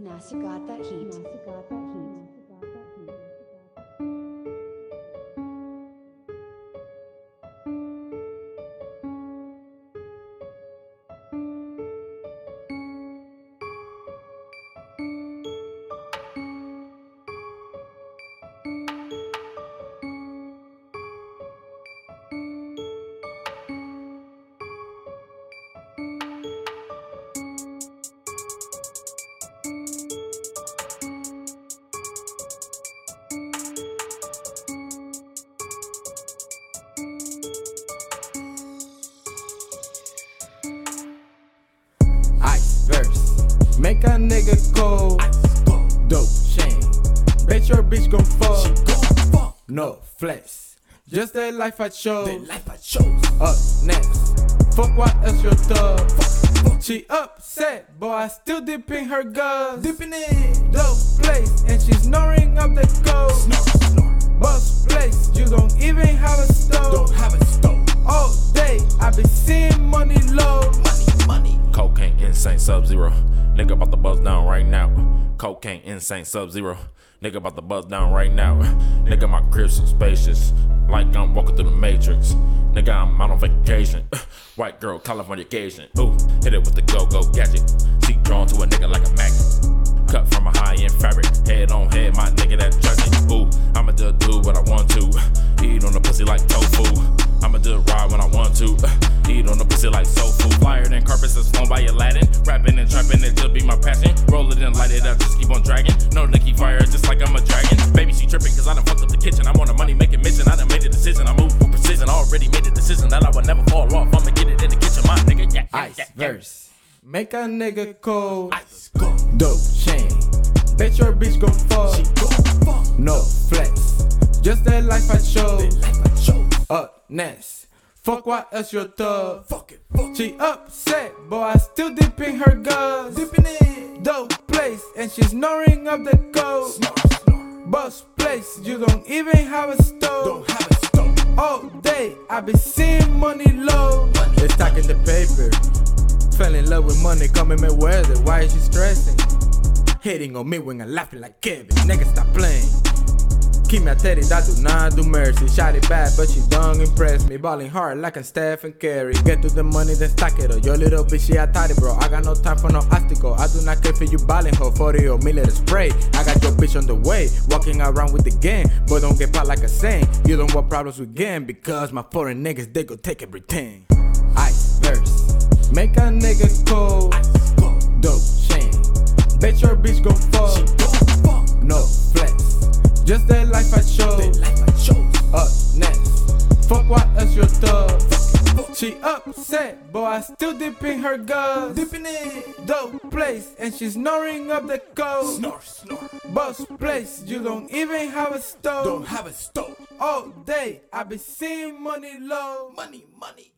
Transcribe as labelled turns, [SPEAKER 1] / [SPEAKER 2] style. [SPEAKER 1] NASA got that heat.
[SPEAKER 2] Ice verse. Make a nigga cold. Dope chain. Bet your bitch gon' fall. No flex. Just that life I chose. Up next. Fuck what else your thug. She upset, but I still dipping her guts. Dipping it. Low place, and she's snoring up the coast. Bus place, you don't even have a stove. All day, I been seeing money low.
[SPEAKER 3] Cocaine, insane, sub zero. Nigga about to buzz down right now. Cocaine, insane, sub zero. Nigga about to buzz down right now. Nigga, my crib so spacious. Like I'm walking through the matrix. Nigga, I'm out on vacation. Uh, White girl, California occasion. Ooh, hit it with the go go gadget. She drawn to a nigga like a magnet. Cut from a high end fabric. Head on head, my nigga, that judging. Ooh, I'ma just do what I want to. Eat on the pussy like tofu. I'ma just ride when I want to. Eat on the pussy like soul food. Flyer than carpets that's flown by Aladdin. Rapping and trapping, it just be my passion. Roll it and light it up, just keep on dragging. No Nicky fire, just like I'm a dragon. Baby, she tripping, cause I done fucked up the kitchen. I'm on a money making mission. I done made a decision. I move with precision. I already made a decision that I would never fall off. I'ma get it in the kitchen, my nigga. Yeah, yeah,
[SPEAKER 2] Ice
[SPEAKER 3] yeah, yeah.
[SPEAKER 2] verse. Make a nigga cold.
[SPEAKER 3] Ice go.
[SPEAKER 2] Dope chain. Bet your bitch gon' fall. No flex. Just that life I chose. Up next. Fuck what else your thug. She upset, but I still dipping her guts. Dipping it. Dope place, and she's snoring up the coast. Bus place, you don't even have a stove. All day, I been seeing money low. They stacking the paper. Fell in love with money, coming my weather. Why is she stressing? Hitting on me when I'm laughing like Kevin. Nigga, stop playing. Keep my teddy, that do not do mercy. Shot it bad, but she don't impress me. Balling hard like I'm Stephen Curry. Get to the money, then stack it up. Your little bitch, she a tidy, bro. I got no time for no obstacle. I do not care for you balling her 40 or me, let it spray. I got your bitch on the way, walking around with the gang. But don't get caught like a saint. You don't want problems with gang because my foreign niggas, they go take everything. Ice verse, make a nigga cold. Dope chain, bet your bitch gon' fall. No flex, just that life I chose. Up next, fuck what else your thug. She upset, but I still dipping her guts. Dipping it, dope place, and she's snoring up the coast. Bus place, you don't even have a stove. All day, I be seeing money low.
[SPEAKER 4] Money, money.